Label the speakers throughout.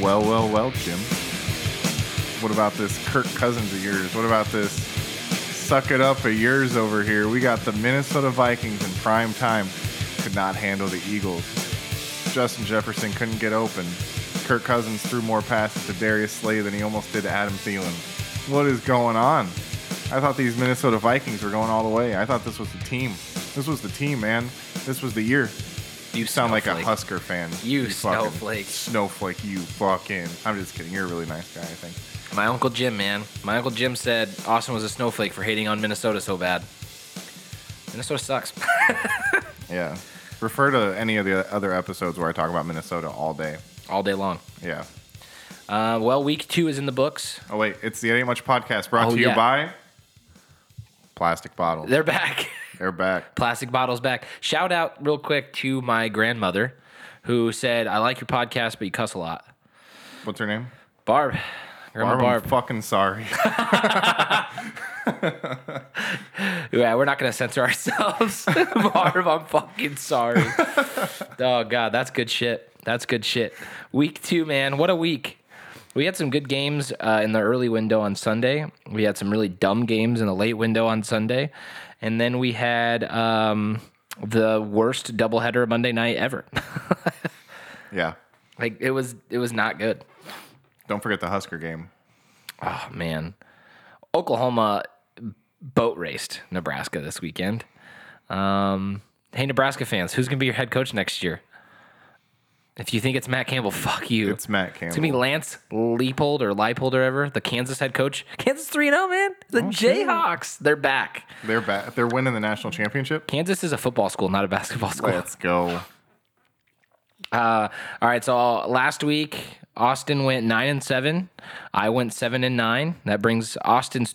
Speaker 1: Well, well, well, Jim. What about this Kirk Cousins of yours? What about this suck it up of yours over here? We got the Minnesota Vikings in prime time. Could not handle the Eagles. Justin Jefferson couldn't get open. Kirk Cousins threw more passes to Darius Slay than he almost did to Adam Thielen. What is going on? I thought these Minnesota Vikings were going all the way. I thought this was the team. This was the team, man. This was the year. You sound like a
Speaker 2: snowflake.
Speaker 1: Husker fan.
Speaker 2: You
Speaker 1: fucking
Speaker 2: snowflake.
Speaker 1: Snowflake, you fucking. I'm just kidding. You're a really nice guy, I think.
Speaker 2: My Uncle Jim, man. My Uncle Jim said Austin was a snowflake for hating on Minnesota so bad. Minnesota sucks.
Speaker 1: Yeah. Refer to any of the other episodes where I talk about Minnesota all day.
Speaker 2: All day long.
Speaker 1: Yeah.
Speaker 2: Uh, well, week two is in the books.
Speaker 1: Oh, wait. It's the It Ain't Much podcast brought
Speaker 2: Oh,
Speaker 1: to you
Speaker 2: yeah.
Speaker 1: by Plastic Bottle.
Speaker 2: They're back.
Speaker 1: They're back.
Speaker 2: Plastic bottles back. Shout out real quick to my grandmother who said, I like your podcast, but you cuss a lot.
Speaker 1: What's her name?
Speaker 2: Barb. Grandma
Speaker 1: Barb,
Speaker 2: Barb.
Speaker 1: I'm fucking sorry.
Speaker 2: Yeah, we're not gonna censor ourselves. Marv, I'm fucking sorry. oh god, that's good shit. That's good shit. Week two, man. What a week. We had some good games uh, in the early window on Sunday. We had some really dumb games in the late window on Sunday, and then we had um, the worst doubleheader Monday night ever.
Speaker 1: yeah.
Speaker 2: like it was, it was not good.
Speaker 1: Don't forget the Husker game.
Speaker 2: Oh man, Oklahoma boat raced Nebraska this weekend. Um, hey, Nebraska fans, who's gonna be your head coach next year? If you think it's Matt Campbell, fuck you.
Speaker 1: It's Matt
Speaker 2: It's gonna be
Speaker 1: Campbell.
Speaker 2: Lance Leipold or Leipold or ever the Kansas head coach. Kansas three zero, man. The
Speaker 1: Oh,
Speaker 2: Jayhawks, they're back.
Speaker 1: They're back. They're winning the national championship.
Speaker 2: Kansas is a football school, not a basketball school.
Speaker 1: Let's go.
Speaker 2: Uh, all right. So last week, Austin went nine and seven. I went seven and nine. That brings Austin's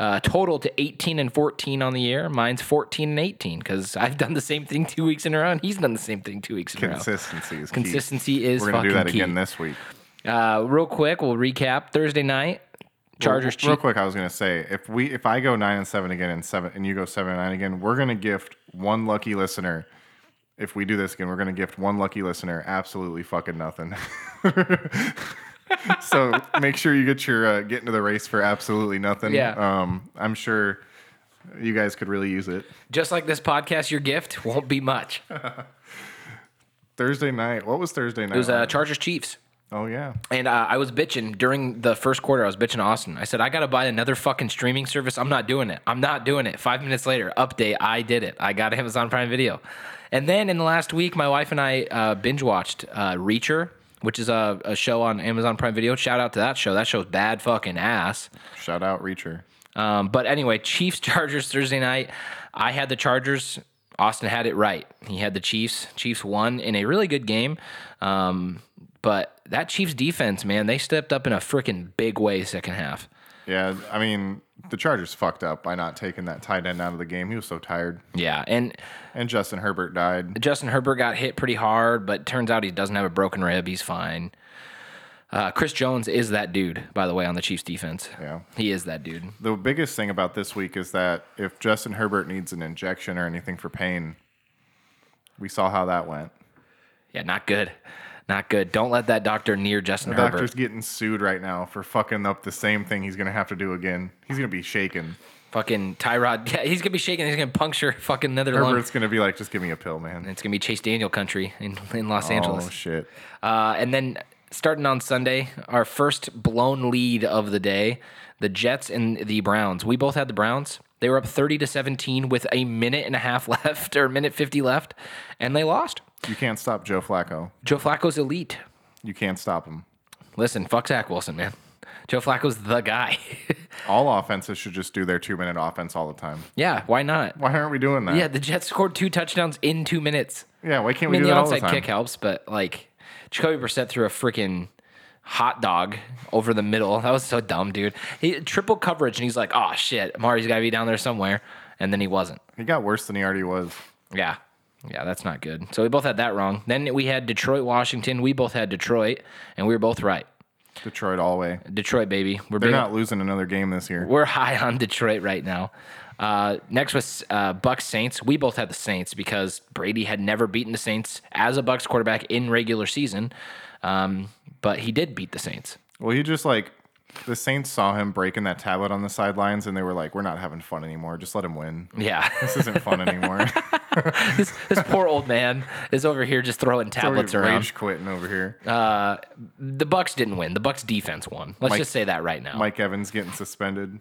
Speaker 2: uh, total to eighteen and fourteen on the year. Mine's fourteen and eighteen because I've done the same thing two weeks in a row, and he's done the same thing two weeks in a row.
Speaker 1: Consistency is key.
Speaker 2: Consistency is
Speaker 1: We're
Speaker 2: fucking
Speaker 1: gonna do that
Speaker 2: key.
Speaker 1: again this week.
Speaker 2: uh, real quick, we'll recap Thursday night. Chargers.
Speaker 1: Real
Speaker 2: Chiefs.
Speaker 1: quick, I was gonna say if we if I go nine and seven again and seven and you go seven and nine again, we're gonna gift one lucky listener. If we do this again, we're gonna gift one lucky listener absolutely fucking nothing. so make sure you get your uh, get into the race for absolutely nothing.
Speaker 2: Yeah.
Speaker 1: Um, I'm sure you guys could really use it.
Speaker 2: Just like this podcast, your gift won't be much. It
Speaker 1: Thursday night. What was Thursday night?
Speaker 2: was uh, Chargers Chiefs.
Speaker 1: oh yeah.
Speaker 2: And uh, I was bitching during the first quarter. I was bitching to Austin. I said, I got to buy another fucking streaming service. I'm not doing it. I'm not doing it. Five minutes later, update. I did it. I got Amazon Prime Video. And then in the last week, my wife and I uh, binge watched uh, Reacher, which is a, a show on Amazon Prime Video. Shout out to that show. That show's bad fucking ass.
Speaker 1: Shout out Reacher.
Speaker 2: Um, but anyway, Chiefs Chargers Thursday night. I had the Chargers. Austin had it right. He had the Chiefs. Chiefs won in a really good game. Um, but that Chiefs defense, man, they stepped up in a freaking big way second half.
Speaker 1: Yeah, I mean the Chargers fucked up by not taking that tight end out of the game. He was so tired,
Speaker 2: Yeah, and
Speaker 1: and Justin Herbert died.
Speaker 2: Justin Herbert got hit pretty hard, but turns out he doesn't have a broken rib. He's fine. Uh, Chris Jones is that dude, by the way, on the Chiefs defense.
Speaker 1: Yeah.
Speaker 2: he is that dude.
Speaker 1: The biggest thing about this week is that if Justin Herbert needs an injection or anything for pain, we saw how that went.
Speaker 2: Yeah, not good, not good. Don't let that doctor near Justin
Speaker 1: The
Speaker 2: Herbert.
Speaker 1: doctor's getting sued right now for fucking up the same thing he's going to have to do again. He's going to be shaken.
Speaker 2: Fucking Tyrod, yeah, he's gonna be shaking. He's gonna puncture fucking another lung.
Speaker 1: Herbert's going to be like, just give me a pill, man.
Speaker 2: It's gonna be Chase Daniel country in, in Los
Speaker 1: Oh,
Speaker 2: Angeles.
Speaker 1: shit.
Speaker 2: Uh, and then starting on Sunday, our first blown lead of the day, the Jets and the Browns. We both had the Browns. They were up thirty to seventeen with a minute and a half left, or a minute fifty left, and they lost.
Speaker 1: You can't stop Joe Flacco.
Speaker 2: Joe Flacco's elite.
Speaker 1: You can't stop him.
Speaker 2: Listen, fuck Zach Wilson, man. Joe Flacco's the guy.
Speaker 1: All offenses should just do their two minute offense all the time.
Speaker 2: yeah, why not?
Speaker 1: Why aren't we doing that?
Speaker 2: Yeah, the Jets scored two touchdowns in two minutes.
Speaker 1: Yeah, why can't
Speaker 2: I
Speaker 1: we
Speaker 2: mean,
Speaker 1: do
Speaker 2: the
Speaker 1: that all the
Speaker 2: onside
Speaker 1: time?
Speaker 2: kick helps, but like Jacoby Brissett threw a freaking hot dog over the middle. That was so dumb, dude. He triple coverage, and he's like, "Oh shit, Amari's got to be down there somewhere," and then he wasn't.
Speaker 1: He got worse than he already was.
Speaker 2: Yeah, yeah, that's not good. So we both had that wrong. Then we had Detroit, Washington. We both had Detroit, and we were both right.
Speaker 1: Detroit all the way.
Speaker 2: Detroit, baby, we're
Speaker 1: They're
Speaker 2: big-
Speaker 1: not losing another game this year.
Speaker 2: we're high on Detroit right now. Uh, next was uh, Bucks Saints. We both had the Saints because Brady had never beaten the Saints as a Bucks quarterback in regular season. Um, but he did beat the Saints.
Speaker 1: Well, he just like the Saints saw him breaking that tablet on the sidelines, and they were like, "We're not having fun anymore. Just let him win.
Speaker 2: Yeah.
Speaker 1: This isn't fun anymore."
Speaker 2: this, this poor old man is over here just throwing tablets
Speaker 1: Already
Speaker 2: around.
Speaker 1: rage quitting over here.
Speaker 2: Uh, The Bucks didn't win. The Bucks defense won. Let's
Speaker 1: Mike-
Speaker 2: just say that right now.
Speaker 1: Mike Evans getting suspended.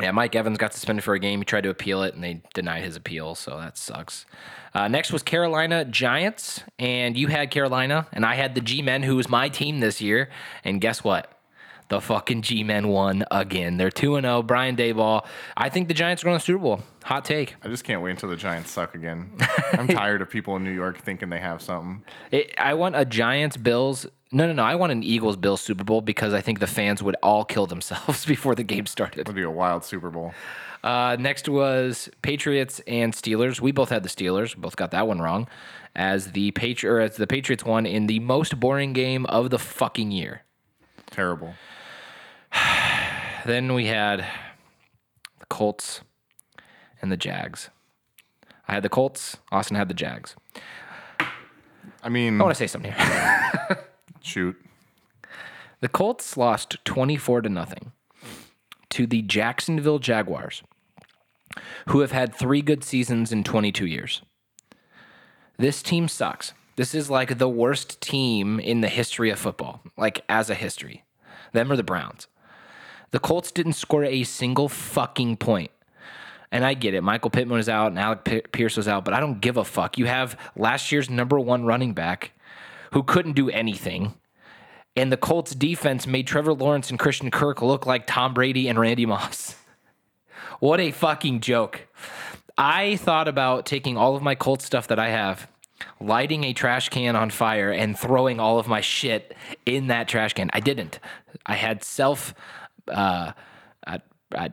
Speaker 2: Yeah, Mike Evans got suspended for a game. He tried to appeal it, and they denied his appeal, so that sucks. Uh, next was Carolina Giants, and you had Carolina, and I had the G-Men, who was my team this year. And guess what? The fucking G-Men won again. They're two and zero. Brian Dayball. I think the Giants are going to the Super Bowl. Hot take.
Speaker 1: I just can't wait until the Giants suck again. I'm tired of people in New York thinking they have something.
Speaker 2: It, I want a Giants Bills. No, no, no. I want an Eagles Bills Super Bowl because I think the fans would all kill themselves before the game started.
Speaker 1: It'll be a wild Super Bowl.
Speaker 2: Uh, next was Patriots and Steelers. We both had the Steelers. We both got that one wrong. As the Patri- or as the Patriots won in the most boring game of the fucking year.
Speaker 1: Terrible.
Speaker 2: Then we had the Colts and the Jags. I had the Colts. Austin had the Jags.
Speaker 1: I mean,
Speaker 2: I want to say something here.
Speaker 1: shoot.
Speaker 2: The Colts lost 24 to nothing to the Jacksonville Jaguars, who have had three good seasons in 22 years. This team sucks. This is like the worst team in the history of football, like as a history. Them or the Browns. The Colts didn't score a single fucking point. And I get it. Michael Pittman was out and Alec Pe- Pierce was out, but I don't give a fuck. You have last year's number one running back who couldn't do anything and the Colts defense made Trevor Lawrence and Christian Kirk look like Tom Brady and Randy Moss. what a fucking joke. I thought about taking all of my Colts stuff that I have, lighting a trash can on fire, and throwing all of my shit in that trash can. I didn't. I had self. Uh, I, I,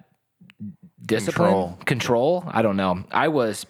Speaker 2: discipline
Speaker 1: Control.
Speaker 2: control i don't know i was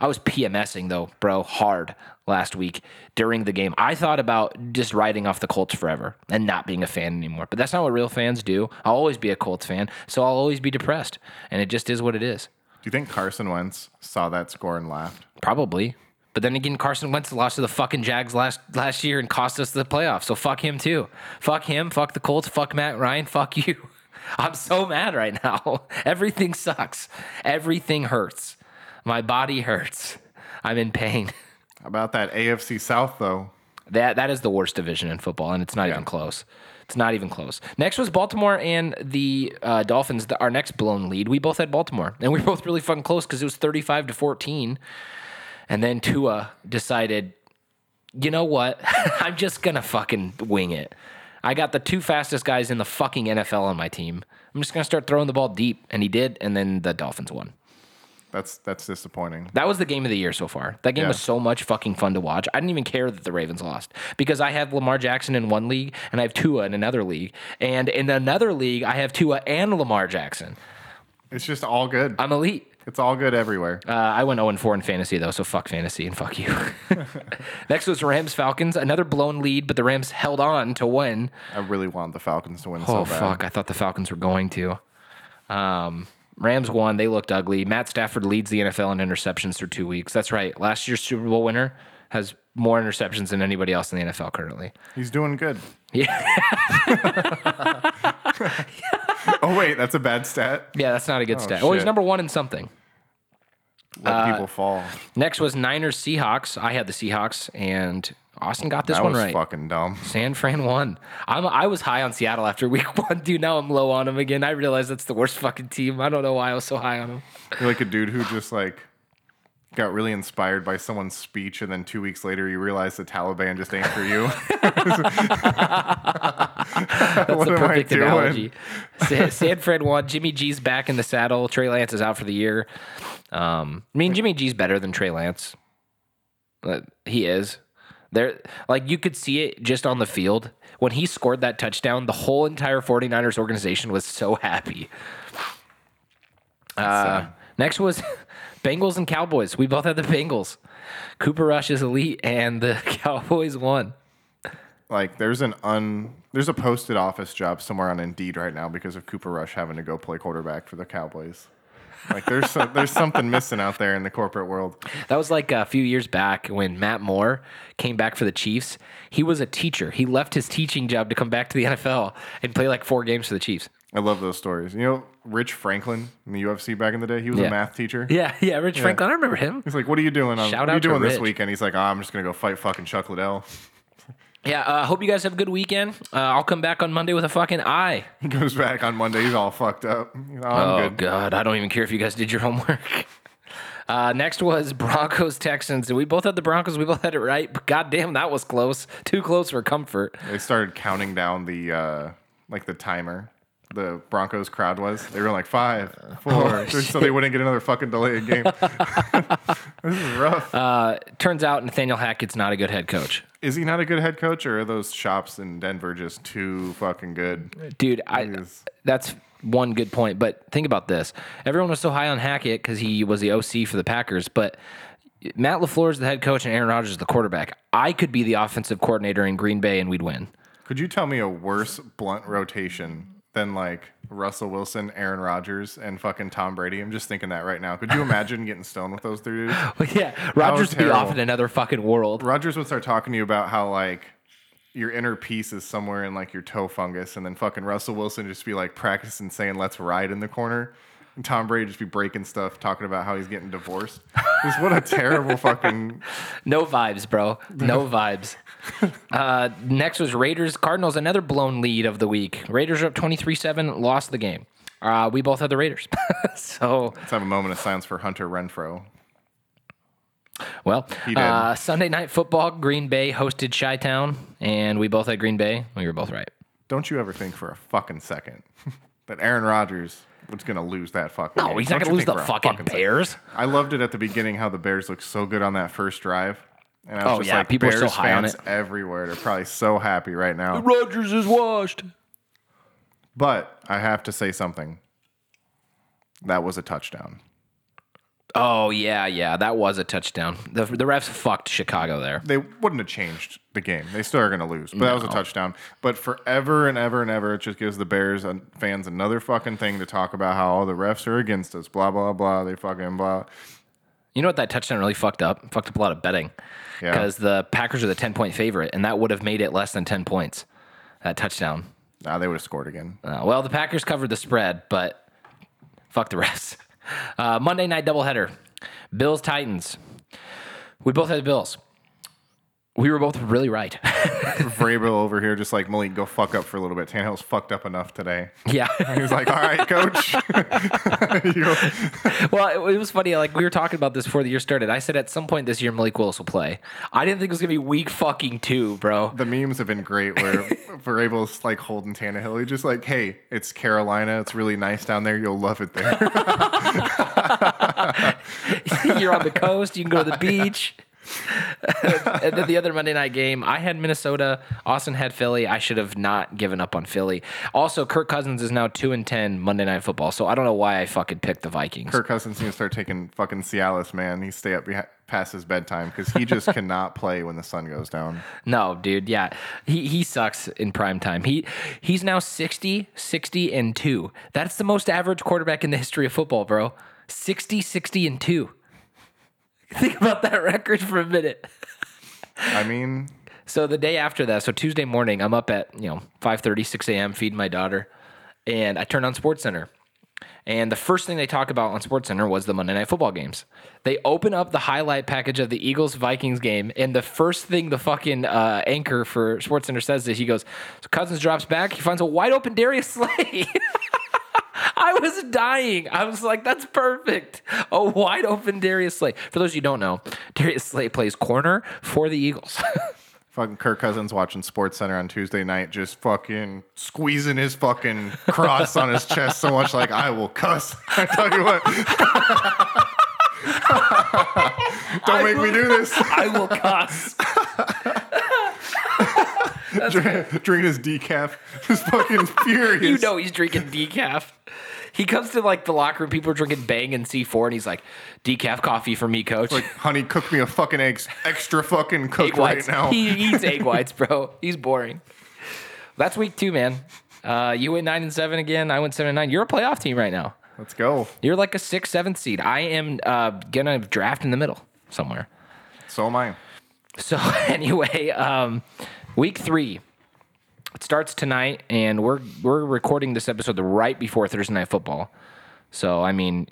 Speaker 2: i was pmsing though bro hard last week during the game i thought about just writing off the colts forever and not being a fan anymore but that's not what real fans do i'll always be a colts fan so i'll always be depressed and it just is what it is
Speaker 1: Do you think Carson Wentz saw that score and laughed?
Speaker 2: probably but then again carson wentz lost to the fucking jags last last year and cost us the playoffs so fuck him too fuck him fuck the colts fuck matt ryan fuck you i'm so mad right now everything sucks everything hurts my body hurts i'm in pain
Speaker 1: How about that AFC South though?
Speaker 2: that that is the worst division in football, and it's not even close. It's not even close. Next was Baltimore and the uh, Dolphins. The- our next blown lead, we both had Baltimore, and we were both really fucking close because it was thirty-five to fourteen. And then Tua decided, you know what? I'm just gonna fucking wing it. I got the two fastest guys in the fucking NFL on my team. I'm just gonna start throwing the ball deep, and he did. And then the Dolphins won.
Speaker 1: That's that's disappointing.
Speaker 2: That was the game of the year so far. That game
Speaker 1: Yeah.
Speaker 2: was so much fucking fun to watch. I didn't even care that the Ravens lost because I have Lamar Jackson in one league and I have Tua in another league. And in another league, I have Tua and Lamar Jackson.
Speaker 1: It's just all good.
Speaker 2: I'm elite.
Speaker 1: It's all good everywhere.
Speaker 2: Uh, I went 0 4 in fantasy, though, so fuck fantasy and fuck you. Next was Rams Falcons. Another blown lead, but the Rams held on to win.
Speaker 1: I really want the Falcons to win so
Speaker 2: Oh
Speaker 1: bad.
Speaker 2: fuck! I thought the Falcons were going to. Um, Rams won. They looked ugly. Matt Stafford leads the NFL in interceptions through two weeks. That's right. Last year's Super Bowl winner has more interceptions than anybody else in the NFL currently.
Speaker 1: He's doing good.
Speaker 2: Yeah,
Speaker 1: Oh wait, that's a bad stat.
Speaker 2: yeah, that's not a good stat. Oh, he's
Speaker 1: shit.
Speaker 2: number one in something.
Speaker 1: Let
Speaker 2: Uh,
Speaker 1: people fall.
Speaker 2: Next was Niners Seahawks. I had the Seahawks, and Austin got this
Speaker 1: That
Speaker 2: one
Speaker 1: was
Speaker 2: right.
Speaker 1: fucking dumb.
Speaker 2: San Fran won. I'm I was high on Seattle after week one, dude. Now I'm low on them again. I realize that's the worst fucking team. I don't know why I was so high on them.
Speaker 1: You're like a dude who just like got really inspired by someone's speech, and then two weeks later you realize the Taliban just ain't for you.
Speaker 2: That's the
Speaker 1: am I
Speaker 2: perfect
Speaker 1: doing?
Speaker 2: analogy. San, San Fran won. Jimmy G's back in the saddle. Trey Lance is out for the year. Um, I mean, Jimmy G's better than Trey Lance. Uh, he is. There, like you could see it just on the field when he scored that touchdown. The whole entire 49ers organization was so happy. Uh, next was Bengals and Cowboys. We both had the Bengals. Cooper Rush is elite, and the Cowboys won.
Speaker 1: like there's an un there's a posted office job somewhere on Indeed right now because of Cooper Rush having to go play quarterback for the Cowboys. Like there's some, there's something missing out there in the corporate world.
Speaker 2: That was like a few years back when Matt Moore came back for the Chiefs. He was a teacher. He left his teaching job to come back to the NFL and play like four games for the Chiefs.
Speaker 1: I love those stories. You know, Rich Franklin in the UFC back in the day, he was
Speaker 2: Yeah.
Speaker 1: a math teacher.
Speaker 2: Yeah, yeah. Rich Franklin, I remember him.
Speaker 1: He's like, "What are you doing? On, what
Speaker 2: Shout
Speaker 1: are you
Speaker 2: out to
Speaker 1: doing this
Speaker 2: Rich.
Speaker 1: weekend?" He's like, "Ah, "I'm just gonna go fight fucking Chuck Liddell."
Speaker 2: Yeah. Uh, hope you guys have a good weekend. Uh, I'll come back on Monday with a fucking eye.
Speaker 1: He goes back on Monday. He's all fucked up. He's, "Oh,
Speaker 2: Oh
Speaker 1: I'm good.
Speaker 2: God, I don't even care if you guys did your homework. Uh, next was Broncos Texans, and we both had the Broncos. We both had it right, but goddamn, that was close. Too close for comfort.
Speaker 1: They started counting down the uh, like the timer. The Broncos crowd was. They were like five, four,
Speaker 2: Oh,
Speaker 1: three," so they wouldn't get another fucking delayed game. this is rough.
Speaker 2: Uh, turns out Nathaniel Hackett's not a good head coach,
Speaker 1: is he not a good head coach, or are those shops in Denver just too fucking good?
Speaker 2: dude. I
Speaker 1: is.
Speaker 2: that's one good point, but think about this: everyone was so high on Hackett because he was the OC for the Packers, but. Matt LaFleur is the head coach and Aaron Rodgers is the quarterback. I could be the offensive coordinator in Green Bay and we'd win.
Speaker 1: Could you tell me a worse blunt rotation than like Russell Wilson, Aaron Rodgers, and fucking Tom Brady? I'm just thinking that right now. Could you imagine getting stoned with those three dudes?
Speaker 2: yeah, Rodgers would be
Speaker 1: terrible.
Speaker 2: off in another fucking world.
Speaker 1: Rogers would start talking to you about how like your inner peace is somewhere in like your toe fungus, and then fucking Russell Wilson just be like practicing saying "Let's ride" in the corner, and Tom Brady just be breaking stuff, talking about how he's getting divorced. Just what a terrible fucking.
Speaker 2: No vibes, bro. No vibes. Uh, next was Raiders Cardinals, another blown lead of the week. Raiders are up 23 7, lost the game. Uh, we both had the Raiders. so,
Speaker 1: Let's have a moment of silence for Hunter Renfro.
Speaker 2: well,
Speaker 1: He did.
Speaker 2: uh, Sunday night football, Green Bay hosted Chi Town, and we both had Green Bay. We were both right.
Speaker 1: Don't you ever think for a fucking second that Aaron Rodgers was gonna lose that fucking?
Speaker 2: Oh,
Speaker 1: game.
Speaker 2: he's not
Speaker 1: Don't
Speaker 2: going
Speaker 1: you
Speaker 2: to lose
Speaker 1: think
Speaker 2: the
Speaker 1: for a second.
Speaker 2: fucking, Bears.
Speaker 1: I loved it at the beginning how the Bears looked so good on that first drive. And I was
Speaker 2: Oh,
Speaker 1: just
Speaker 2: yeah,
Speaker 1: like,
Speaker 2: people are
Speaker 1: Bears
Speaker 2: so high on
Speaker 1: fans
Speaker 2: it.
Speaker 1: everywhere. They're probably so happy right now.
Speaker 2: Rodgers is washed.
Speaker 1: But I have to say something. That was a touchdown.
Speaker 2: Oh, yeah, yeah. That was a touchdown. The, the refs fucked Chicago there.
Speaker 1: They wouldn't have changed the game. They still are going to lose, but that was a touchdown. But forever and ever and ever, it just gives the Bears and fans another fucking thing to talk about how all the refs are against us, blah, blah, blah. They fucking blah.
Speaker 2: You know what that touchdown really fucked up? Fucked up a lot of betting
Speaker 1: Yeah.
Speaker 2: because the Packers are the ten point favorite, and that would have made it less than ten points. That touchdown.
Speaker 1: Nah, they would have scored again.
Speaker 2: Uh, well, the Packers covered the spread, but fuck the rest. Uh, Monday night doubleheader, Bills Titans. We both had the Bills. We were both really right.
Speaker 1: Vrabel over here, just like Malik, go fuck up for a little bit. Tannehill's fucked up enough today.
Speaker 2: yeah.
Speaker 1: He was like, all right, coach. You-
Speaker 2: Well, it, it was funny. Like we were talking about this before the year started. I said at some point this year Malik Willis will play. I didn't think it was gonna be week fucking two, bro.
Speaker 1: the memes have been great where Vrabel's like holding Tannehill. He's just like, hey, it's Carolina. It's really nice down there. You'll love it there.
Speaker 2: You're on the coast. You can go to the beach. and then the other Monday night game, I had Minnesota. Austin had Philly. I should have not given up on Philly. Also, Kirk Cousins is now two and ten Monday night football. So I don't know why I fucking picked the Vikings.
Speaker 1: Kirk Cousins needs to start taking fucking Cialis, man. He stay up behi- past his bedtime because he just cannot play when the sun goes down.
Speaker 2: No, dude. Yeah, he he sucks in prime time. He he's now 60, 60 and two. That's the most average quarterback in the history of football, bro. 60, 60 and two. Think about that record for a minute.
Speaker 1: I mean,
Speaker 2: So the day after that, so Tuesday morning, I'm up at you know 5:30, 6 a.m. feeding my daughter, and I turn on Sports Center, and the first thing they talk about on Sports Center was the Monday Night Football games. They open up the highlight package of the Eagles Vikings game, and the first thing the fucking uh, anchor for Sports Center says is he goes, so Cousins drops back, he finds a wide open Darius Slay. I was dying. I was like, that's perfect. A wide open Darius Slay. For those of you who don't know, Darius Slay plays corner for the Eagles.
Speaker 1: fucking Kirk Cousins watching Sports Center on Tuesday night, just fucking squeezing his fucking cross on his chest so much, like, I will cuss. I tell you what. Don't make me do this.
Speaker 2: I will cuss.
Speaker 1: Drink, drink his decaf. Just fucking furious.
Speaker 2: you know he's drinking decaf. He comes to like the locker room, people are drinking Bang and C4, and he's like, decaf coffee for me, coach.
Speaker 1: Like, honey, cook me a fucking eggs, extra fucking cooked
Speaker 2: egg
Speaker 1: right
Speaker 2: whites.
Speaker 1: now.
Speaker 2: He eats egg whites, bro. He's boring. That's week two, man. Uh, you went nine and seven again. I went seven and nine. You're a playoff team right now.
Speaker 1: Let's go.
Speaker 2: You're like a sixth, seventh seed. I am uh, gonna draft in the middle somewhere.
Speaker 1: So am I.
Speaker 2: So anyway, um, week three. It starts tonight, and we're we're recording this episode the right before Thursday night football. So I mean,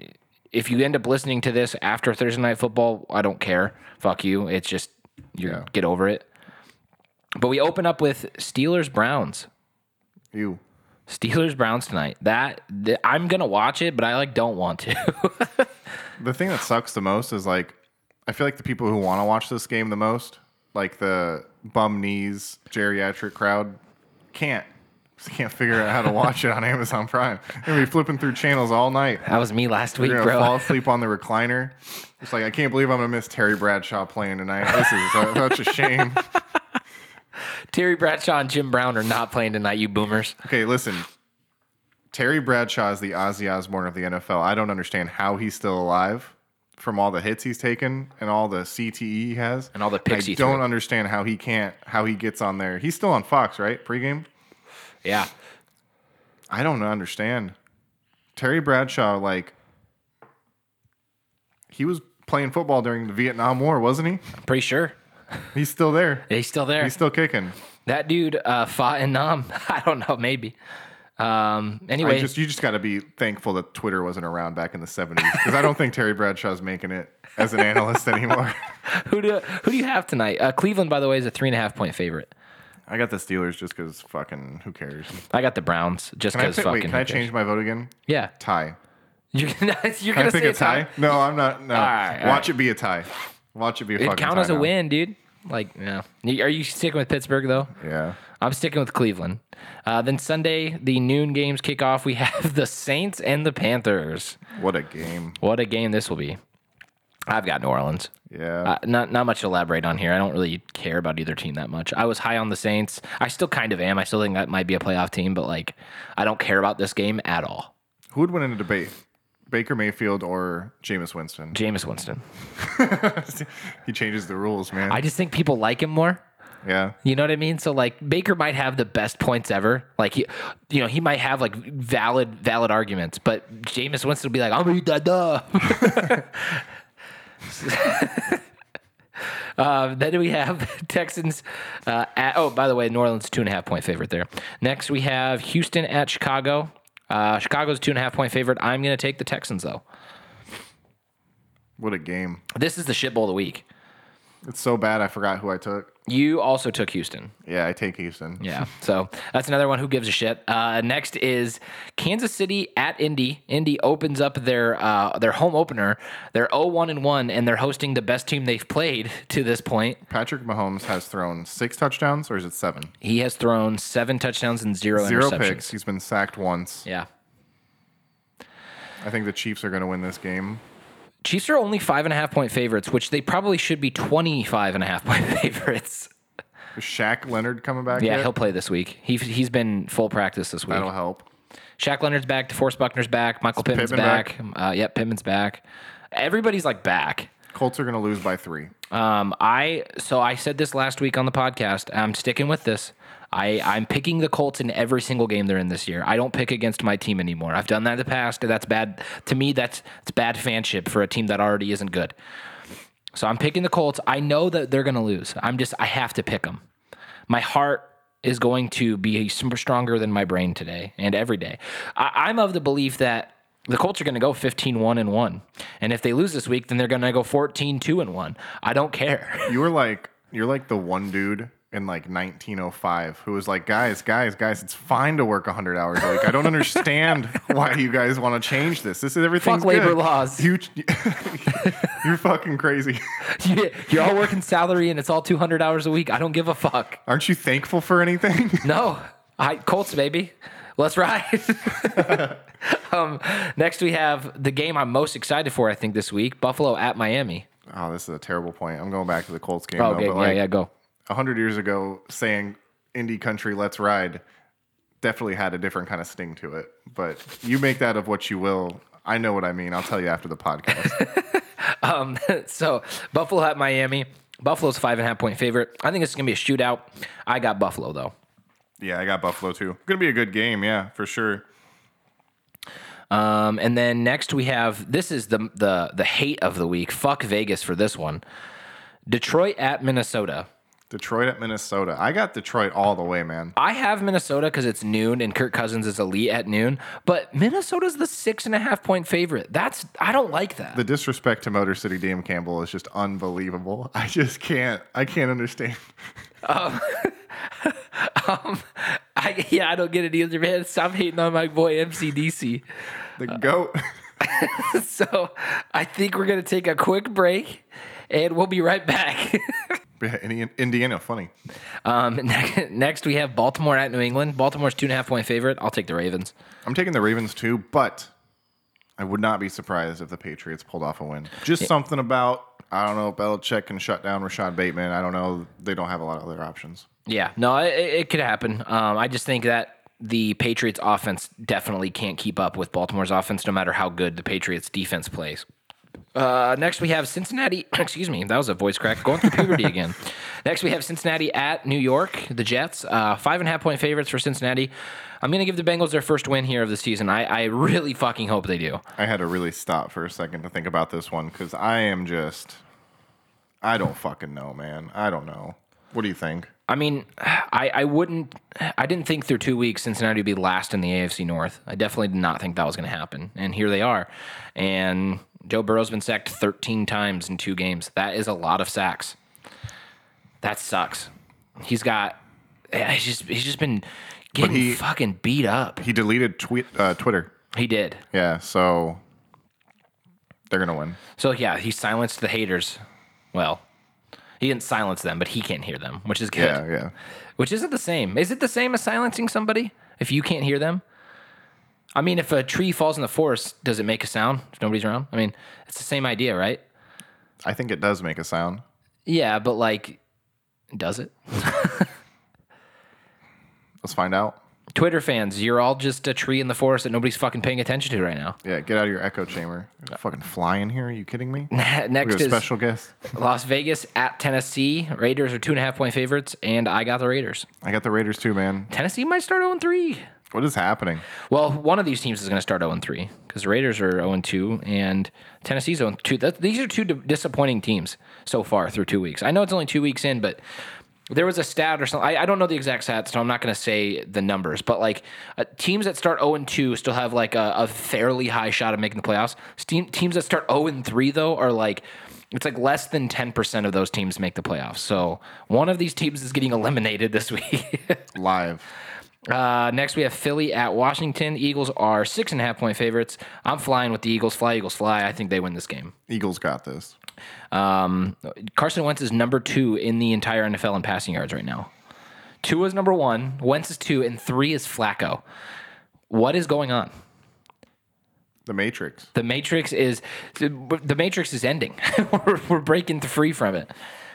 Speaker 2: if you end up listening to this after Thursday night football, I don't care. Fuck you. It's just you
Speaker 1: Yeah.
Speaker 2: get over it. But we open up with Steelers Browns.
Speaker 1: You.
Speaker 2: Steelers Browns tonight. That th- I'm gonna watch it, but I like don't want to.
Speaker 1: The thing that sucks the most is like, I feel like the people who want to watch this game the most, like the bum knees geriatric crowd, can't just can't figure out how to watch it on Amazon Prime. They're gonna be flipping through channels all night.
Speaker 2: that was me last week,
Speaker 1: They're gonna fall
Speaker 2: bro.
Speaker 1: asleep on the recliner. It's like I can't believe I'm gonna miss Terry Bradshaw playing tonight. This is su- such a shame.
Speaker 2: Terry Bradshaw and Jim Brown are not playing tonight, you boomers.
Speaker 1: Okay, listen. Terry Bradshaw is the Ozzy Osbourne of the NFL. I don't understand how he's still alive from all the hits he's taken and all the CTE he has
Speaker 2: And all the
Speaker 1: I
Speaker 2: picks he
Speaker 1: don't
Speaker 2: threw.
Speaker 1: understand how he can't how he gets on there. He's still on Fox, right? Pregame.
Speaker 2: Yeah.
Speaker 1: I don't understand. Terry Bradshaw, like he was playing football during the Vietnam War, wasn't he?
Speaker 2: I'm pretty sure.
Speaker 1: He's still there.
Speaker 2: He's still there.
Speaker 1: He's still kicking.
Speaker 2: that dude uh, fought in Nam. I don't know, maybe. Um,
Speaker 1: I
Speaker 2: anyway,
Speaker 1: just you just got to be thankful that Twitter wasn't around back in the '70s because I don't think Terry Bradshaw's making it as an analyst anymore.
Speaker 2: who do who do you have tonight? Uh, Cleveland, by the way, is a three and a half point favorite.
Speaker 1: I got the Steelers just because fucking who cares?
Speaker 2: I got the Browns just
Speaker 1: Can I
Speaker 2: because
Speaker 1: pick,
Speaker 2: fucking.
Speaker 1: wait? Can I
Speaker 2: who cares?
Speaker 1: change my vote again?
Speaker 2: Yeah,
Speaker 1: Tie.
Speaker 2: you're gonna you're
Speaker 1: Can I
Speaker 2: gonna
Speaker 1: pick
Speaker 2: say
Speaker 1: a tie? No, I'm not. No.
Speaker 2: right, all
Speaker 1: Watch it be a tie. Watch it be a
Speaker 2: It
Speaker 1: fucking
Speaker 2: count
Speaker 1: tie
Speaker 2: as a
Speaker 1: now.
Speaker 2: win, dude. Like, yeah. Are you sticking with Pittsburgh though?
Speaker 1: Yeah.
Speaker 2: I'm sticking with Cleveland. Uh, then Sunday, the noon games kick off. We have the Saints and the Panthers.
Speaker 1: What a game.
Speaker 2: What a game this will be! I've got New Orleans.
Speaker 1: Yeah.
Speaker 2: Uh, not not much to elaborate on here. I don't really care about either team that much. I was high on the Saints. I still kind of am. I still think that might be a playoff team, but like, I don't care about this game at all.
Speaker 1: Who would win in a debate? Baker Mayfield or Jameis Winston?
Speaker 2: Jameis Winston.
Speaker 1: he changes the rules, man.
Speaker 2: I just think people like him more.
Speaker 1: yeah.
Speaker 2: You know what I mean? So like Baker might have the best points ever. Like he, you know, he might have like valid valid arguments, but Jameis Winston will be like, "I'm gonna eat that duh." um, then we have Texans. Uh, at, oh, by the way, New Orleans two and a half point favorite there. Next we have Houston at Chicago. Uh, Chicago's two and a half point favorite. I'm gonna take the Texans though.
Speaker 1: What a game.
Speaker 2: This is the shit bowl of the week.
Speaker 1: It's so bad I forgot who I took.
Speaker 2: You also took Houston.
Speaker 1: Yeah, I take Houston.
Speaker 2: Yeah. So that's another one. Who gives a shit? Uh, next is Kansas City at Indy. Indy opens up their uh, their home opener. They're 0-1 and one, and they're hosting the best team they've played to this point.
Speaker 1: Patrick Mahomes has thrown six touchdowns, or is it seven?
Speaker 2: He has thrown seven touchdowns and zero,
Speaker 1: Zero
Speaker 2: interceptions.
Speaker 1: picks. He's been sacked once.
Speaker 2: Yeah.
Speaker 1: I think the Chiefs are going to win this game.
Speaker 2: Chiefs are only five and a half point favorites, which they probably should be 25 and a half point favorites.
Speaker 1: Is Shaq Leonard coming back?
Speaker 2: Yeah,
Speaker 1: yet?
Speaker 2: he'll play this week. He, he's been full practice this week.
Speaker 1: That'll help.
Speaker 2: Shaq Leonard's back. DeForest Buckner's back. Michael Pittman's
Speaker 1: Pittman
Speaker 2: back. Uh, yep, Pittman's back. Everybody's like back.
Speaker 1: Colts are going to lose by three.
Speaker 2: Um, I so I said this last week on the podcast. I'm sticking with this. I I'm picking the Colts in every single game they're in this year. I don't pick against my team anymore. I've done that in the past. That's bad to me. That's it's bad fanship for a team that already isn't good. So I'm picking the Colts. I know that they're going to lose. I'm just I have to pick them. My heart is going to be super stronger than my brain today and every day. I, I'm of the belief that the Colts are going to go 15-1 and 1. And if they lose this week, then they're going to go 14-2 and 1. I don't care.
Speaker 1: You were like, you're like the one dude in like 1905 who was like, guys, guys, guys, it's fine to work 100 hours a week. I don't understand why you guys want to change this. This is everything.
Speaker 2: labor laws.
Speaker 1: You, you're fucking crazy.
Speaker 2: You're all working salary and it's all 200 hours a week. I don't give a fuck.
Speaker 1: Aren't you thankful for anything?
Speaker 2: No, I Colts baby. Let's ride. um, next we have the game I'm most excited for I think this week, Buffalo at Miami.
Speaker 1: oh, this is a terrible point. I'm going back to the Colts game.
Speaker 2: Oh,
Speaker 1: though,
Speaker 2: okay,
Speaker 1: but
Speaker 2: yeah,
Speaker 1: like,
Speaker 2: yeah, go.
Speaker 1: 100 years ago saying indie country let's ride definitely had a different kind of sting to it but you make that of what you will i know what i mean i'll tell you after the podcast
Speaker 2: Um, so Buffalo at Miami. Buffalo's five and a half point favorite. I think it's gonna be a shootout. I got Buffalo though.
Speaker 1: yeah i got buffalo too gonna be a good game yeah for sure
Speaker 2: Um, and then next we have this is the the the hate of the week. Fuck Vegas for this one. Detroit at Minnesota.
Speaker 1: Detroit at Minnesota. I got Detroit all the way, man.
Speaker 2: I have Minnesota because it's noon and Kirk Cousins is elite at noon. But Minnesota's the six and a half point favorite. That's I don't like that.
Speaker 1: The disrespect to Motor City DM Campbell is just unbelievable. I just can't. I can't understand.
Speaker 2: um, I, yeah, I don't get it either, man. Stop hating on my boy MCDC.
Speaker 1: The goat.
Speaker 2: so I think we're gonna take a quick break, and we'll be right back.
Speaker 1: Yeah, Indi- Indiana, funny.
Speaker 2: um, ne- next we have Baltimore at New England. Baltimore's two and a half point favorite. I'll take the Ravens.
Speaker 1: I'm taking the Ravens too, but I would not be surprised if the Patriots pulled off a win. Just something about I don't know. Belichick can shut down Rashad Bateman. I don't know. They don't have a lot of other options.
Speaker 2: Yeah, no, it, it it could happen. Um, I just think that the Patriots offense definitely can't keep up with Baltimore's offense, no matter how good the Patriots defense plays. Uh, next, we have Cincinnati. Excuse me, that was a voice crack. Going through puberty again. Next, we have Cincinnati at New York. The Jets, uh, five and a half point favorites for Cincinnati. I'm going to give the Bengals their first win here of the season. I, I really fucking hope they do.
Speaker 1: I had to really stop for a second to think about this one because I am just, I don't fucking know, man. I don't know. What do you think?
Speaker 2: I mean, I, I wouldn't, I didn't think through two weeks Cincinnati would be last in the AFC North. I definitely did not think that was going to happen. And here they are. And Joe Burrow's been sacked 13 times in two games. That is a lot of sacks. That sucks. He's got, yeah, he's just, he's just been getting
Speaker 1: he-
Speaker 2: fucking beat up.
Speaker 1: He deleted tweet uh, Twitter.
Speaker 2: He did.
Speaker 1: Yeah, so they're gonna win.
Speaker 2: So yeah, he silenced the haters. Well, he didn't silence them, but he can't hear them, which is good.
Speaker 1: Yeah, yeah.
Speaker 2: Which isn't the same. Is it the same as silencing somebody if you can't hear them? I mean, if a tree falls in the forest, does it make a sound if nobody's around? I mean, it's the same idea, right?
Speaker 1: I think it does make a sound.
Speaker 2: Yeah, but like, does it?
Speaker 1: Let's find out.
Speaker 2: Twitter fans, you're all just a tree in the forest that nobody's fucking paying attention to right now.
Speaker 1: Yeah, get out of your echo chamber. There's a fucking fly in here? Are you kidding me? We
Speaker 2: Next
Speaker 1: got
Speaker 2: is
Speaker 1: a special guest.
Speaker 2: Las Vegas at Tennessee. Raiders are two and a half point favorites, and I got the Raiders.
Speaker 1: I got the Raiders too, man.
Speaker 2: Tennessee might start 0 3.
Speaker 1: What is happening?
Speaker 2: Well, one of these teams is going to start 0 3 because the Raiders are 0 2 and Tennessee's 0 2. These are two di- disappointing teams so far through two weeks. I know it's only two weeks in, but there was a stat or something. I, I don't know the exact stat, so I'm not going to say the numbers, but like uh, teams that start 0 2 still have like a, a fairly high shot of making the playoffs. Steam, teams that start 0 3, though, are like. It's like less than 10% of those teams make the playoffs. So one of these teams is getting eliminated this week.
Speaker 1: Live.
Speaker 2: Uh, next, we have Philly at Washington. Eagles are six and a half point favorites. I'm flying with the Eagles. Fly, Eagles, fly. I think they win this game.
Speaker 1: Eagles got this.
Speaker 2: Um, Carson Wentz is number two in the entire NFL in passing yards right now. Two is number one, Wentz is two, and three is Flacco. What is going on?
Speaker 1: The Matrix.
Speaker 2: The Matrix is the Matrix is ending. we're, we're breaking free from it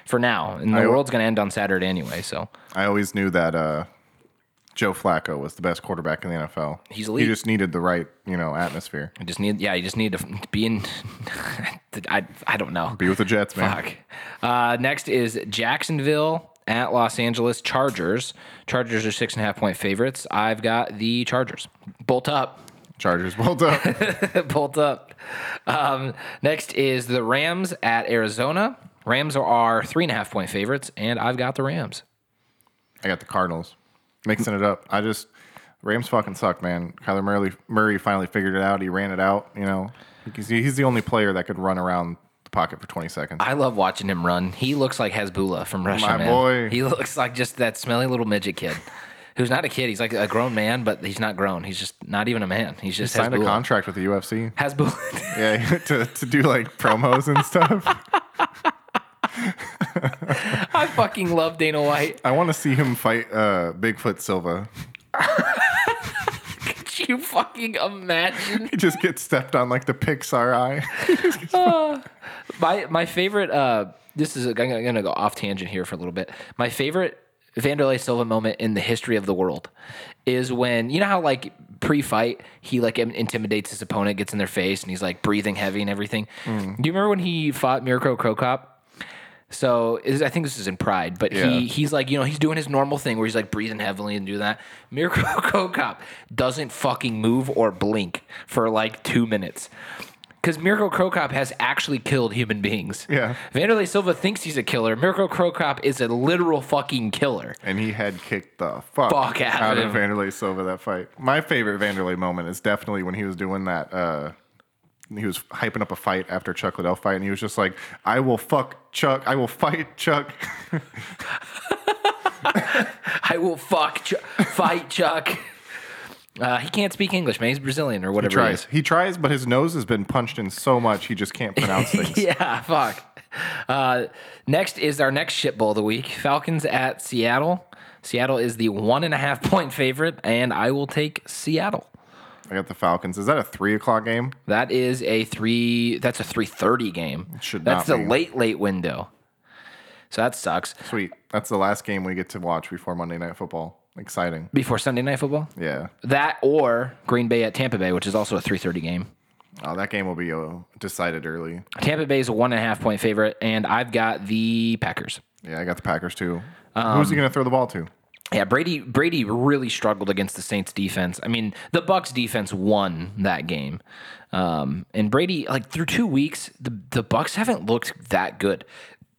Speaker 2: for now, and the
Speaker 1: I-
Speaker 2: world's going to end on Saturday anyway. So
Speaker 1: I always knew that uh, Joe Flacco was the best quarterback in the NFL.
Speaker 2: He's elite.
Speaker 1: He just needed the right, you know, atmosphere.
Speaker 2: I just need, yeah, you just need to be in. I I don't know.
Speaker 1: Be with the Jets, man.
Speaker 2: Fuck. Uh, next is Jacksonville at Los Angeles Chargers. Chargers are six and a half point favorites. I've got the Chargers. Bolt up.
Speaker 1: Chargers. Well done.
Speaker 2: Bolt up. Um, next is the Rams at Arizona. Rams are our three and a half point favorites, and I've got the Rams.
Speaker 1: I got the Cardinals. Mixing it up. I just Rams fucking suck, man. Kyler Murray Murray finally figured it out. He ran it out, you know. He's, he's the only player that could run around the pocket for 20 seconds.
Speaker 2: I love watching him run. He looks like Hezbollah from Russia,
Speaker 1: My
Speaker 2: man.
Speaker 1: boy.
Speaker 2: He looks like just that smelly little midget kid. Who's not a kid? He's like a grown man, but he's not grown. He's just not even a man. He's just
Speaker 1: Signed a
Speaker 2: Hezbollah.
Speaker 1: contract with the UFC.
Speaker 2: Hezbollah.
Speaker 1: Yeah, to, to do like promos and stuff.
Speaker 2: I fucking love Dana White.
Speaker 1: I want to see him fight uh, Bigfoot Silva.
Speaker 2: Could you fucking imagine?
Speaker 1: He just gets stepped on like the Pixar eye.
Speaker 2: My my favorite. Uh, this is I'm gonna, gonna go off tangent here for a little bit. My favorite Vanderlei Silva moment in the history of the world is when you know how like pre-fight he like in- intimidates his opponent, gets in their face, and he's like breathing heavy and everything. Do you remember when he fought Mirko Krokop? So is, I think this is in Pride, but
Speaker 1: Yeah.
Speaker 2: he he's like you know he's doing his normal thing where he's like breathing heavily and do that. Miracle Cop doesn't fucking move or blink for like two minutes. Because Miracle Krokop has actually killed human beings.
Speaker 1: Yeah.
Speaker 2: Vanderlei Silva thinks he's a killer. Miracle Krokop is a literal fucking killer.
Speaker 1: and he had kicked the fuck,
Speaker 2: Fuck out of
Speaker 1: out of
Speaker 2: him.
Speaker 1: Vanderlei Silva that fight. My favorite Vanderlei moment is definitely when he was doing that. Uh, he was hyping up a fight after Chuck Liddell fight, and he was just like, "I will fuck Chuck. I will fight Chuck."
Speaker 2: I will fuck Chu fight Chuck. Uh, he can't speak English, man. He's Brazilian or whatever. he
Speaker 1: tries.
Speaker 2: is.
Speaker 1: He tries, but his nose has been punched in so much he just can't pronounce things.
Speaker 2: yeah, fuck. Uh, next is our next shit bowl of the week. Falcons at Seattle. Seattle is the one and a half point favorite, and I will take Seattle.
Speaker 1: I got the Falcons. Is that a three o'clock game?
Speaker 2: That is a three. That's a three thirty game.
Speaker 1: should
Speaker 2: that's
Speaker 1: not
Speaker 2: the
Speaker 1: be.
Speaker 2: late late window. So that sucks.
Speaker 1: Sweet. That's the last game we get to watch before Monday Night Football. Exciting.
Speaker 2: Before Sunday night football,
Speaker 1: Yeah.
Speaker 2: that or Green Bay at Tampa Bay, which is also a three thirty game.
Speaker 1: Oh, that game will be uh, decided early.
Speaker 2: Tampa Bay is a one and a half point favorite, and I've got the Packers.
Speaker 1: Yeah, I got the Packers too. Who's he
Speaker 2: Um,
Speaker 1: going to throw the ball to?
Speaker 2: Yeah, Brady Brady really struggled against the Saints defense. I mean, the Bucks defense won that game. Um, and Brady like through 2 weeks, the the Bucks haven't looked that good.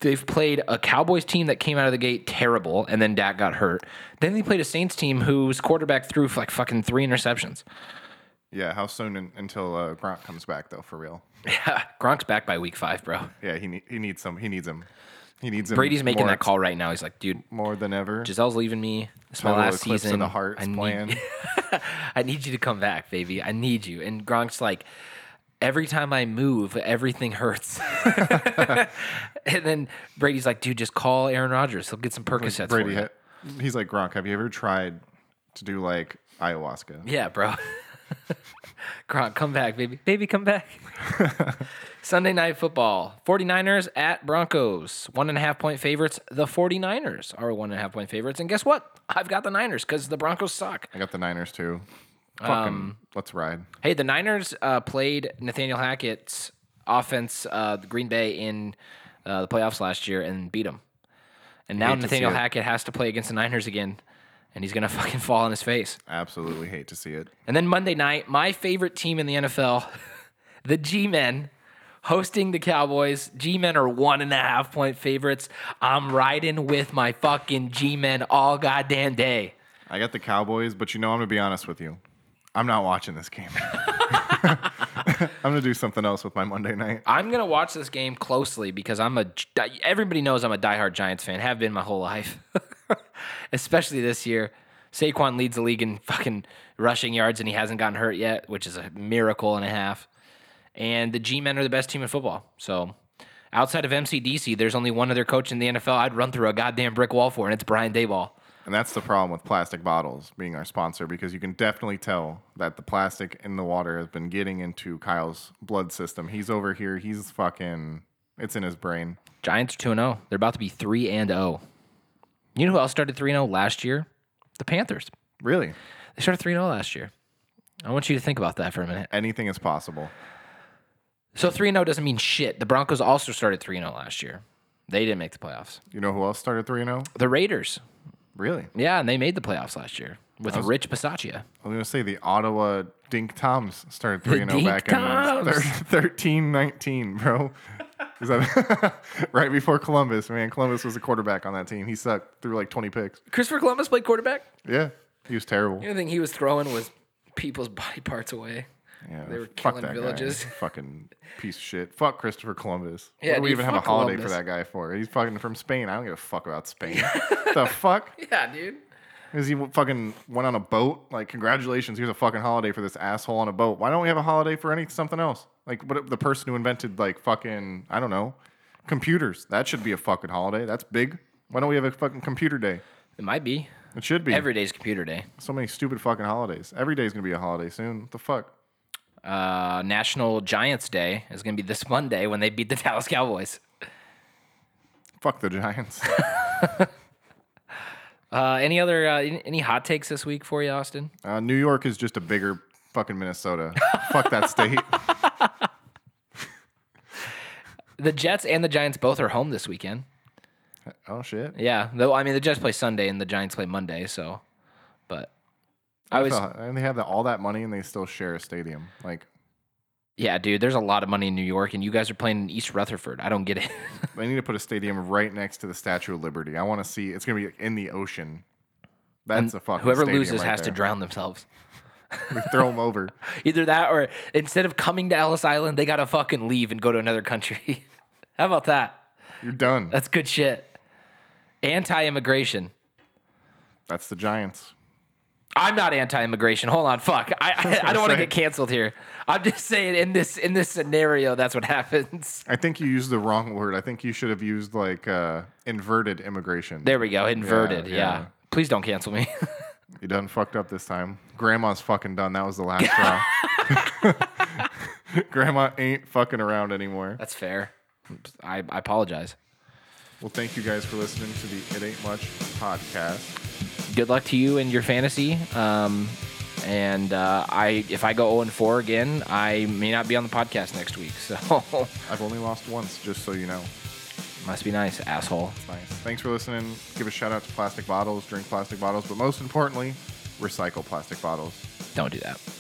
Speaker 2: They've played a Cowboys team that came out of the gate terrible and then Dak got hurt. Then they played a Saints team whose quarterback threw like fucking three interceptions.
Speaker 1: Yeah, how soon un- until uh, Gronk comes back though? For real.
Speaker 2: Yeah, Gronk's back by week 5, bro.
Speaker 1: Yeah, he ne- he needs some. He needs him. He needs him.
Speaker 2: Brady's making
Speaker 1: more,
Speaker 2: that call right now. He's like, "Dude,
Speaker 1: more than ever.
Speaker 2: Giselle's leaving me. It's my
Speaker 1: Total
Speaker 2: last
Speaker 1: eclipse
Speaker 2: season.
Speaker 1: of the heart's
Speaker 2: I need,
Speaker 1: plan.
Speaker 2: I need you to come back, baby. I need you. And Gronk's like, every time I move, everything hurts. and then Brady's like, dude, just call Aaron Rodgers. He'll get some Percocets. for
Speaker 1: Brady,
Speaker 2: you.
Speaker 1: ha- he's like Gronk. Have you ever tried to do like ayahuasca?
Speaker 2: Yeah, bro. Gronk, come back, baby. Baby, come back. Sunday night football. 49ers at Broncos. One and a half point favorites. The 49ers are one and a half point favorites. And guess what? I've got the Niners because the Broncos suck.
Speaker 1: I got the Niners too. Fucking,
Speaker 2: Um,
Speaker 1: let's ride.
Speaker 2: Hey, the Niners uh, played Nathaniel Hackett's offense, uh, the Green Bay, in uh, the playoffs last year and beat them. And now
Speaker 1: Hate to see
Speaker 2: Nathaniel
Speaker 1: it.
Speaker 2: Hackett has to play against the Niners again, and he's gonna fucking fall on his face.
Speaker 1: Absolutely hate to see it.
Speaker 2: And then Monday night, my favorite team in the NFL, the G-Men, hosting the Cowboys. G-Men are one and a half point favorites. I'm riding with my fucking G-Men all goddamn day.
Speaker 1: I got the Cowboys, but you know I'm gonna be honest with you. I'm not watching this game. I'm gonna do something else with my Monday night.
Speaker 2: I'm gonna watch this game closely because I'm a. Everybody knows I'm a diehard Giants fan. Have been my whole life, especially this year. Saquon leads the league in fucking rushing yards, and he hasn't gotten hurt yet, which is a miracle and a half. And the G-men are the best team in football. So, outside of MCDC, there's only one other coach in the NFL I'd run through a goddamn brick wall for, and it's Brian Dayball.
Speaker 1: And that's the problem with plastic bottles being our sponsor because you can definitely tell that the plastic in the water has been getting into Kyle's blood system. He's over here. He's fucking. It's in his brain.
Speaker 2: Giants are two and zero. They're about to be three and zero. You know who else started three and zero last year? The Panthers.
Speaker 1: Really,
Speaker 2: They started 3 0 last year. I want you to think about that for a minute.
Speaker 1: anything is possible.
Speaker 2: So 3 0 doesn't mean shit. The Broncos also started 3 0 last year. They didn't make the playoffs.
Speaker 1: You know who else started three zero?
Speaker 2: The Raiders.
Speaker 1: Really,
Speaker 2: Yeah, and they made the playoffs last year with Rich Passaccia.
Speaker 1: I was gonna say the Ottawa Dink Toms started three and zero
Speaker 2: Dink
Speaker 1: back in uh,
Speaker 2: Toms.
Speaker 1: thir- 13-19, bro. Is that right before Columbus? Man, Columbus was a quarterback on that team. He sucked. Threw like twenty picks.
Speaker 2: Christopher Columbus played quarterback.
Speaker 1: Yeah, he was terrible.
Speaker 2: The only thing he was throwing was people's body parts away.
Speaker 1: Yeah,
Speaker 2: They were
Speaker 1: fuck
Speaker 2: killing
Speaker 1: that guy.
Speaker 2: villages.
Speaker 1: Fucking piece of shit. Fuck Christopher Columbus.
Speaker 2: Yeah,
Speaker 1: what do we
Speaker 2: dude,
Speaker 1: even have a
Speaker 2: fuck
Speaker 1: holiday
Speaker 2: Columbus.
Speaker 1: for that guy for? He's fucking from Spain. I don't give a fuck about Spain. the fuck?
Speaker 2: Yeah, dude.
Speaker 1: Is he fucking went on a boat? Like, congratulations, here's a fucking holiday for this asshole on a boat. Why don't we have a holiday for any something else? Like, what if the person who invented like fucking I don't know computers? That should be a fucking holiday. That's big. Why don't we have a fucking computer day?
Speaker 2: It might be.
Speaker 1: It should be.
Speaker 2: Every day's computer day.
Speaker 1: so many stupid fucking holidays. Every day's gonna be a holiday soon. What the fuck?
Speaker 2: Uh, National Giants Day is going to be this Monday when they beat the Dallas Cowboys.
Speaker 1: Fuck the Giants.
Speaker 2: Uh, any other uh, any any hot takes this week for you, Austin?
Speaker 1: Uh, New York is just a bigger fucking Minnesota. Fuck that state.
Speaker 2: The Jets and the Giants both are home this weekend.
Speaker 1: Oh shit.
Speaker 2: Yeah, though I mean the Jets play Sunday and the Giants play Monday, so but I was
Speaker 1: So- and they have the, all that money and they still share a stadium. Like
Speaker 2: yeah, dude, there's a lot of money in New York and you guys are playing in East Rutherford. I don't get it.
Speaker 1: they need to put a stadium right next to the Statue of Liberty. I want to see. It's gonna be in the ocean. That's a fucking.
Speaker 2: Whoever
Speaker 1: stadium
Speaker 2: loses
Speaker 1: right
Speaker 2: has to
Speaker 1: there.
Speaker 2: drown themselves.
Speaker 1: They throw them over.
Speaker 2: Either that or instead of coming to Ellis Island, they got to fucking leave and go to another country. How about that?
Speaker 1: You're done.
Speaker 2: That's good shit. Anti-immigration.
Speaker 1: That's the Giants.
Speaker 2: I'm not anti-immigration. Hold on, fuck. I I, I don't want to get canceled here. I'm just saying in this in this scenario, that's what happens.
Speaker 1: I think you used the wrong word. I think you should have used like uh, inverted immigration.
Speaker 2: There we go. Inverted. Yeah.
Speaker 1: yeah.
Speaker 2: Please don't cancel me.
Speaker 1: You done fucked up this time. Grandma's fucking done. That was the last straw. Grandma ain't fucking around anymore.
Speaker 2: That's fair. I, I apologize.
Speaker 1: Well, thank you guys for listening to the It Ain't Much podcast.
Speaker 2: Good luck to you in your fantasy. Um, and uh, I if I go 0 and 4 again, I may not be on the podcast next week. So
Speaker 1: I've only lost once, just so you know.
Speaker 2: must be nice, asshole.
Speaker 1: It's nice. Thanks for listening. Give a shout out to plastic bottles, drink plastic bottles, but most importantly, recycle plastic bottles.
Speaker 2: Don't do that.